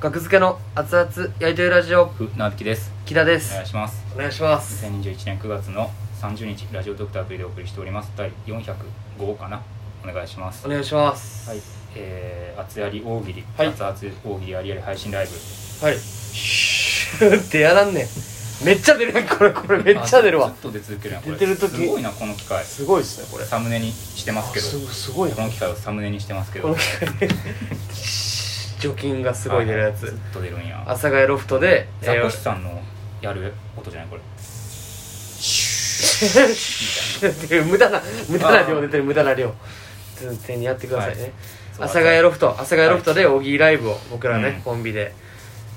学付けの熱々焼いてるラジオふなびきです木田でお願いすしますお願いします2021年9月の30日ラジオドクターというでお送りしております第405かなお願いしますお願いしますはいえー、厚やり大喜利、はい熱々大喜利ありあり配信ライブはい 出やらんねんめっちゃ出るやんこれこ れめっちゃ出るあわずっと出続けるやんこれ出てる時すごいなこの機械すごいっすねこれサムネにしてますけすどすごいなこの機械をサムネにしてますけこどの機械除菌がすごい出るやつはずっと出るんや阿佐ヶ谷ロフトでザコシえさんのやる音じゃないこれー 無駄な無駄な量出てる無駄な量全然にやってくださいはねい阿佐ヶ谷ロフト阿佐ヶ谷ロフトで大喜利ライブを僕らね、うんコンビで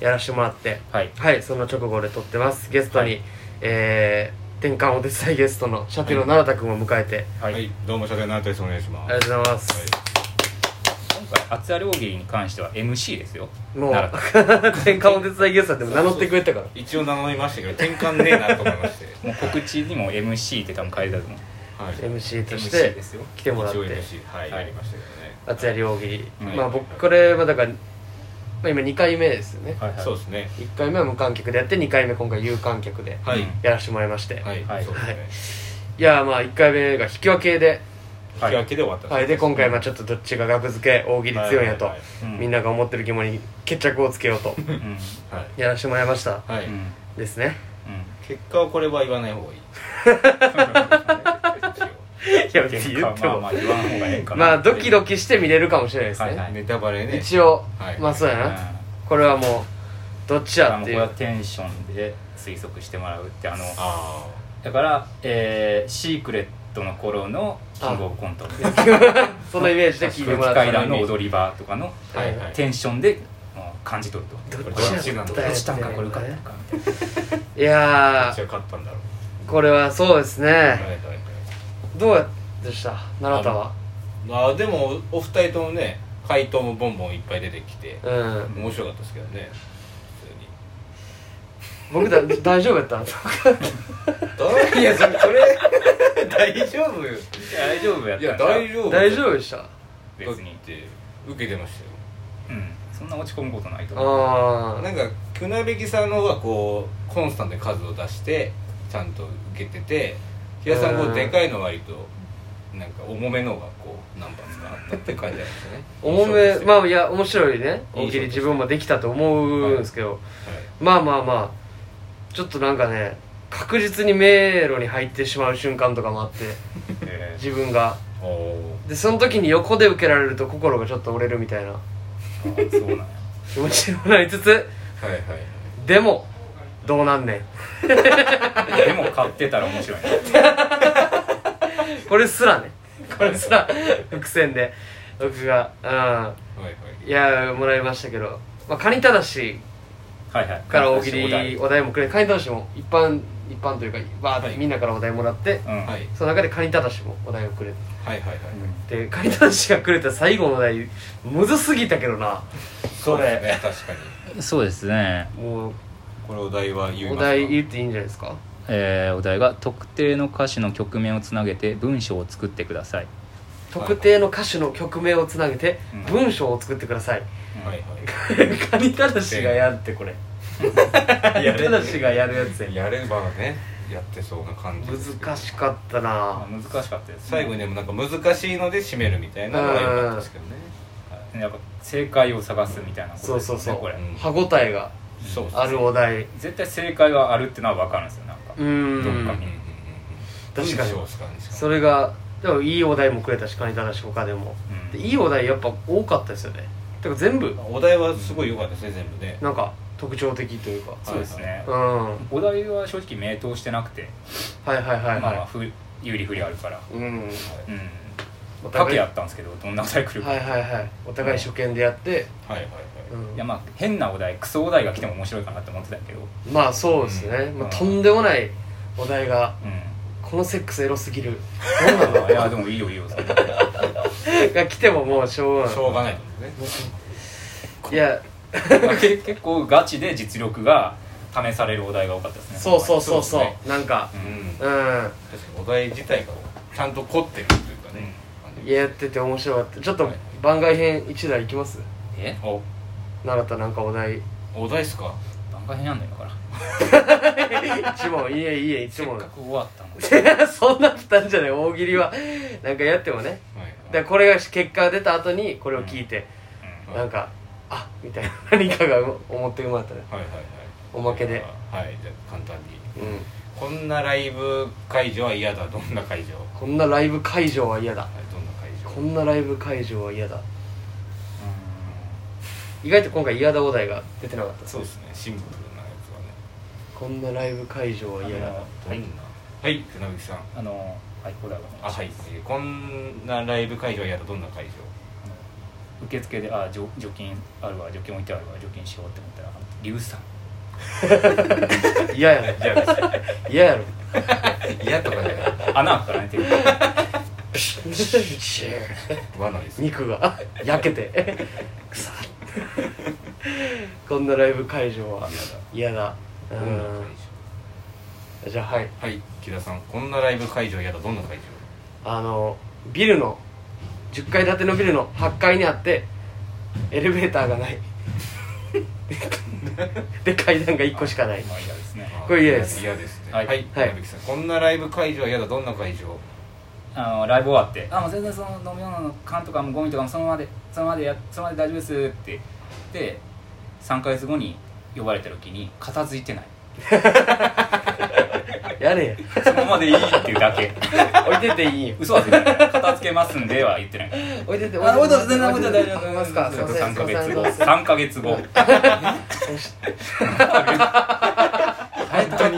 やらしてもらってはいはいその直後で撮ってますゲストに、はいえー転換お手伝いゲストのシャテの奈良田君を迎えて、は、はいい、どうも、社長のあたりです。お願いします。ありがとうございます、今回厚やり大喜利に関しては MC ですよもう奈良 転換お手伝いゲストだって名乗ってくれたからはい一応名乗りましたけど、転換ねえなと思いまして。もう告知にも MC って多分書いてあると思うはい。 MC とし MC てですよ来てもらって一応 MC、はい、はいやりましたけどね。厚やり大喜利、はいまあ僕これはだから、まあ、今2回目ですよね、はいはいそうですね。 1回目は無観客でやって2回目今回有観客ではい。やらせてもらいまして、はい。はいそうですね。いやまあ1回目が引き分けで、は引いき分けで終わったんはい、で今回まあちょっとどっちが額付け大喜利強いんやと、はいはいうんみんなが思ってる疑問に決着をつけよう とうんはい。やらせてもらいましたはい。うんですね結果をこれは言わない方がいい。いやうん別結に言果はってまあもまあ言わん方がいいかなまあドキドキして見れるかもしれないですね、はいはいネタバレね。一応、はいまあそうやな、うこれはもうどっちんまやあっもうてこいれはうテンションで推測してもらうってあのあだからえーシークレットの頃のキングオブコントみたいな そのイメージで聞いてもらっ空気た階段の踊り場とかのあ。はいはい。テンションでもう感じ取るとどどっっちちややっったんたんだだどっちなんかこれ受かったのかみたいいや一ー応勝ったんだろう。これはそうですはいねはいはい。どうでした奈良田はまあ、でも、お二人ともね、回答もボンボンいっぱい出てきて。うん面白かったですけどね。僕だ大丈夫やったん普通に。いや、それ、それ。 大丈夫よ。な大丈夫やっいたや、んちゃう大丈夫。大丈夫でした別にって受けてましたようんそんな落ち込むことないと思うあなあんか船引きさんの方がこうコンスタントに数を出してちゃんと受けてて平さんこうんうでかいの割となんか重めの方がこう何発かあったって感じなんですね重めまあいや、や面白いね大喜利印象として自分もできたと思うんですけど、まあまあまあちょっとなんかね確実に迷路に入ってしまう瞬間とかもあってえ自分がはい、おでその時に横で受けられると心がちょっと折れるみたいなーあそうなんや気持ちにもなりつつーはいはいでもどうなんねんでも買ってたら面白いねこれすらねこれすら伏線で僕がはいはいうんいやもらいましたけど、まあ、カニただしはいはいから大喜お題利お題もくれカニただしも一般一般というかバーっはていみんなからお題もらって、うんはいその中でカニただしもお題をくれてはいはいはいでカニただしがくれた最後のお題むずすぎたけどなそうですね確かにそうですねもうこれお題は言いおますか題言っていいんじゃないですかえーお題が「特定の歌詞の曲名をつなげて文章を作ってください特定の歌手の曲名をつなげてうん文章を作ってください、」 はいはカニただしがやるってこれカニただしがやるやつやいやればねやってそうな感じですけど難しかったなまあ難しかったですね最後にでもなんか難しいので締めるみたいなのが良かったですけどねやっぱ正解を探すみたいなことそうですそうよねそうこれん歯応えがそうですねあるお題絶対正解はあるってのは分かるんですよなんかうどっんかに確かに文章っすねしかもそれがでもいいお題もくれたしカニただし他でもうんでいいお題やっぱ多かったですよねてか全部お題はすごい良かったですね全部ねなんか特徴的というかそうですねうんはお題は正直明答してなくていはいはいまあまあは不有利不利あるからいうんうんお賭けいやはったんですけどどんなお題来いるかはいはいお互い初見でやってはいはいはういんいやまあ変なお題クソお題が来ても面白いかなって思ってたけどうんまあそうですねうんまあとんでもないお題がこのセックスエロすぎ るどんなのいやでもいいよいいよそれが来てももうしょうがないしょうがないと思うんですねいやまあけ 結構ガチで実力が試されるお題が多かったですねそうそうそうそそうう、ですなんかうんうん確かにお題自体がちゃんと凝ってるというかねやってて面白かったちょっとはい番外編一台いきますえお習ったなんかお 題お題っすか番外編なんだよだから一問いいえいいえ一せっ問かく終わったのに そんな負担じゃない大喜利はなんかやってもねはいでこれが結果が出た後にこれを聞いて、うなんかあみたいな 何かが思って生まれたねはいはいはいおまけではいじゃあ簡単にうんこんなライブ会場は嫌だどんな会場はいこんなライブ会場は嫌だどんな会場こんなライブ会場は嫌だ意外と今回嫌だお題が出てなかったそうですねシンプルなやつはねこんなライブ会場は嫌だあどんなはい船口さんあのはいお題をお願あいしますはいえーこんなライブ会場は嫌だどんな会場 あの受付であ除除菌あるわ除菌置いてあるわ除菌しようって思ったらあの硫酸嫌やろ嫌です嫌やろ 嫌とかじゃない穴開かれてる罠です肉が 焼けて臭いこんなライブ会場は嫌だう嫌だどんな会んじゃあはい場はい木田さんこんなライブ会場嫌だどんな会場あのビルの10階建てのビルの8階にあってエレベーターがない で階段が1個しかないまあ嫌ですねこれ嫌です嫌ですねははいいはい船口さんこんなライブ会場は嫌だどんな会場あのライブ終わって「あもう全然その飲み物の缶とかもゴミとかもそのままでそのままでやそのままで大丈夫です」ってで3ヶ月後に呼ばれた時に片付いてないやれやそのままでいいっていうだ け置いてっていいよ嘘はついてない片付けますんでは言ってない置いてってあ置いてって置いてって置いてっ全然て大丈夫ますかすいません3ヶす月いま後せん3ヶ月後本当に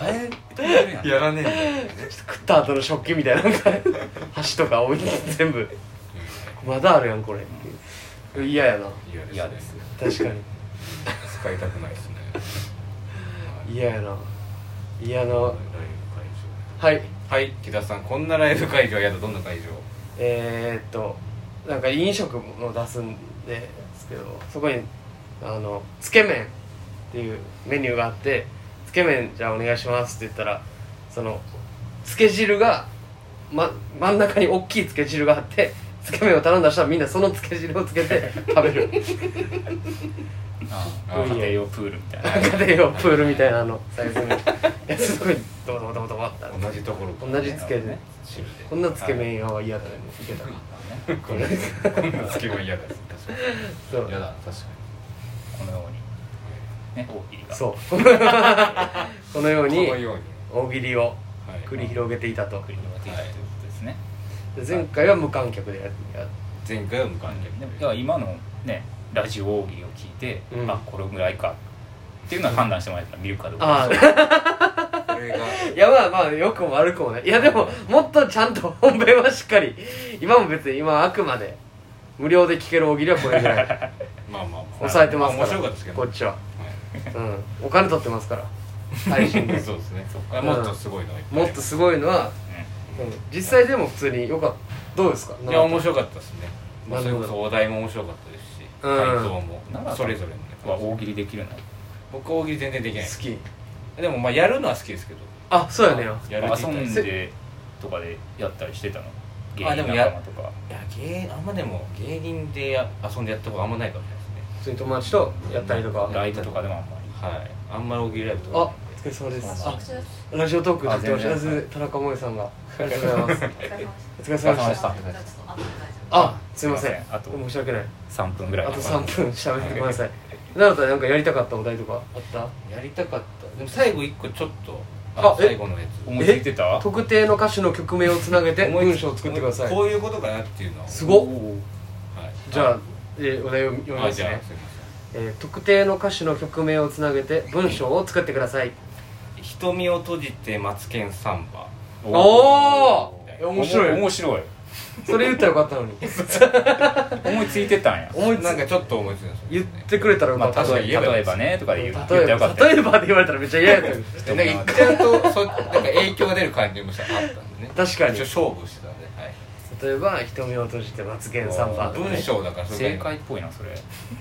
変えてるやんらねえんだよ 食った後の食器みたいななんか箸とか置いてて全部まだあるやんこれ嫌やな嫌嫌でですすね確かに使いたくないですね嫌やな嫌なライブ会はい場はい木田さんこんなライブ会場は嫌だどんな会場えー、っとなんか飲食も出すんですけどそこにあのつけ麺っていうメニューがあってつけ麺じゃあお願いしますって言ったらそのつけ汁が、ま、真ん中に大きいつけ汁があってつけ麺を頼んだ人はみんなそのつけ汁をつけて 食べるああー家庭用プールみたいな家庭用プールみたいなあのサイズのやつとかにドバドバドバドバってある同じところから同じつけで汁でこんなつけ麺屋は嫌だねいけたかこんなつけ麺嫌です確かそうに嫌だ確かこのようにね大喜利がそう このようにこにのように大喜利をはい繰り広げていたと繰り広がっていたということですね、で前回は無観客でやる前回は無観でもい客や今のねラジオ大喜利を聞いて、うんあこれぐらいかっていうのは判断してもらえたら見るかどうあかあこれが いやまあまあ良くも悪くもねいやでももっとちゃんと本編はしっかり今も別に今あくまで無料で聞ける大喜利はこれぐら いまあまあ抑えてますから面白かったですけどこっちははうんお金取ってますから配信い でそうですねあもっとすごいのがいっぱいあもりっまとすすごいのは、うん実際でも普通によかったどうですかいや面白かったですねまあなそるほれこどそお題も面白かったですしうん回答もなんかそれぞれのねは大喜利できるんだ僕大喜利全然できない好きでもまあやるのは好きですけどあそうやねやる自遊体んでとかでやったりしてたの芸あで人も仲や間とかいや芸あんまでも芸人でや遊んでやったことあんまないかもし普通に友達とやったりとかライブとかでもあんまりれないですねはいあんまり大喜利ライブとかあお疲れ様ですあですラジオトークでってお知らあ全然せ田中萌さんがありがとうございますお疲れ様でし。お疲れ様でしたたちょっと後で大丈夫あすいませんあと申し訳ない3分ぐらいあと3分喋ってくださいいなるとなんかやりたかったお題とかあっやりたかったでも最後一個ちょっとあえ最後のやつ思いついてたた特定の歌手の曲名をつなげて思いつ文章を作ってくださこいういうことかなっていうのをすごっおーはいじゃあ、えーお題を読みあまじすゃあねすいまえー特定の歌手の曲名をつなげて文章を作ってくださいせん瞳を閉じてマツケンサンバおーえ面白い面白いそれ言ったらよかったのに思いついてたんや 思いつなんかちょっと思いついたんです言よっねてくれたらよまかあったのに例え例えばねとかで言う言って例えよかばった例えばって言われたらめっちゃ嫌やったのにでなんか言っちゃうとそなんか影響が出る感じもしたあったんでね確かに一応勝負してたんで、はい例えば瞳を閉じてまつげんサンバ文章だからそれ正が解っぽいなそれ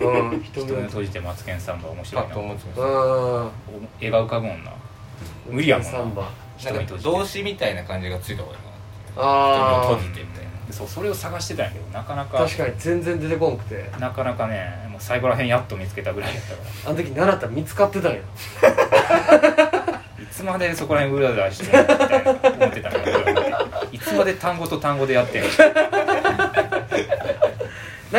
うん瞳瞳をを閉じて閉じてマツケンサンバ面パ白いッなと思いつきましたうん絵が浮かぶもんな無理やもんなサンバなんか動詞みたいな感じがついた方がいいあなあ瞳を閉じてみたいなそうそれを探してたんやけどなかなか確かに全然出てこんくてなかなかねもう最後らへんやっと見つけたぐらいやったかあの時習ったら見つかってたんや らいつまでそこらへんうらうらしてんのみたいな思ってたからいつまで単語と単語でや ってんのな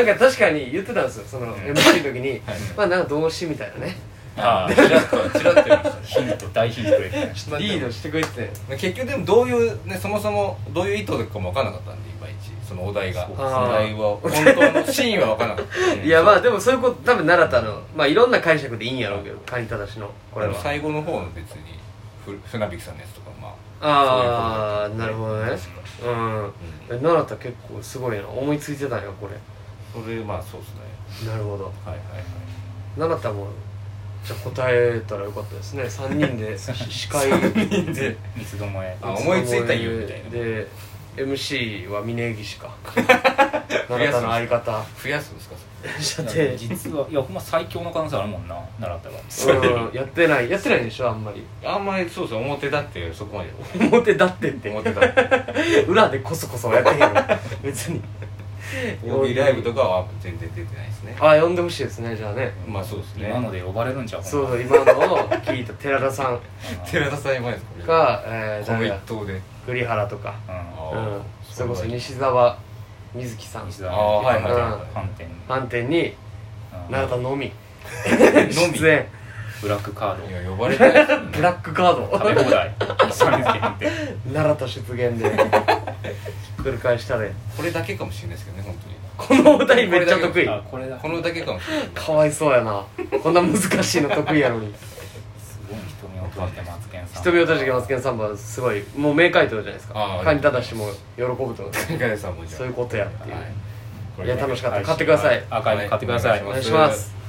んか確かに言ってたんですよそのうん MC の時にはいまあなんか動詞みたいなねああチラッとチラッと言いましたねヒント大ヒントでちょっと待ってリードしてくれてて結局でもどういうねそもそもどういう意図かも分かんなかったんでいまいちそのお題がそうおあー題は本当の真意は分かんなかった、い やまあででもそういうこと多分習ったのまあいろんな解釈でいいんやろうけどカニタダシのこれはも最後の方の別にふ船引さんのやつとかまあああなるほどねううん習ったら結構すごいな思いついてたんやこれそれまあそうですねなるほどはいはいはい習ったもんじゃあ答えたらよかったですね3人 で司会人 で三つどもえあ思いついたよみたいなで MC は峯岸か 習ったの相方増やすんですかそ社長実はいやほんま最強の可能性あるもんな習ったがうんやってないやってないでしょあんまりれあんまりそうですね表だってそ こまで表立ってって表だって 裏でこそこそやってへんから別に曜日ライブとかは全然出てないですねあ呼んでほしいですねじゃあねまあそうですね今ので呼ばれるんちゃうそうほんそまう今のを聞いた寺田さん寺田さん今ですこれか、えー、この誰一や 投で栗原とかうんうんあーそれこそ西澤瑞希さん西あ澤あはいはいはいうん反転反転にうん永田のみのみ出演ブラックカードいや呼ばれてないですよねブラックカード 食べ放 題三日限定奈良田出現で 繰り返したでこれだけかもしれないですけどね本当にこのお題めっちゃ得意あこれだこのだけかもしれないかわいそうやなこんな難しいの得意やのにすごい瞳を閉じてマツケンさん瞳を閉じてマツケンサンバすごいもう名回答じゃないですあかーカニタダシも喜ぶと思う谷川さんもじゃあそういうことやっていうはいや楽しかったはい買ってくださいアーカイブ買ってくださいお願いします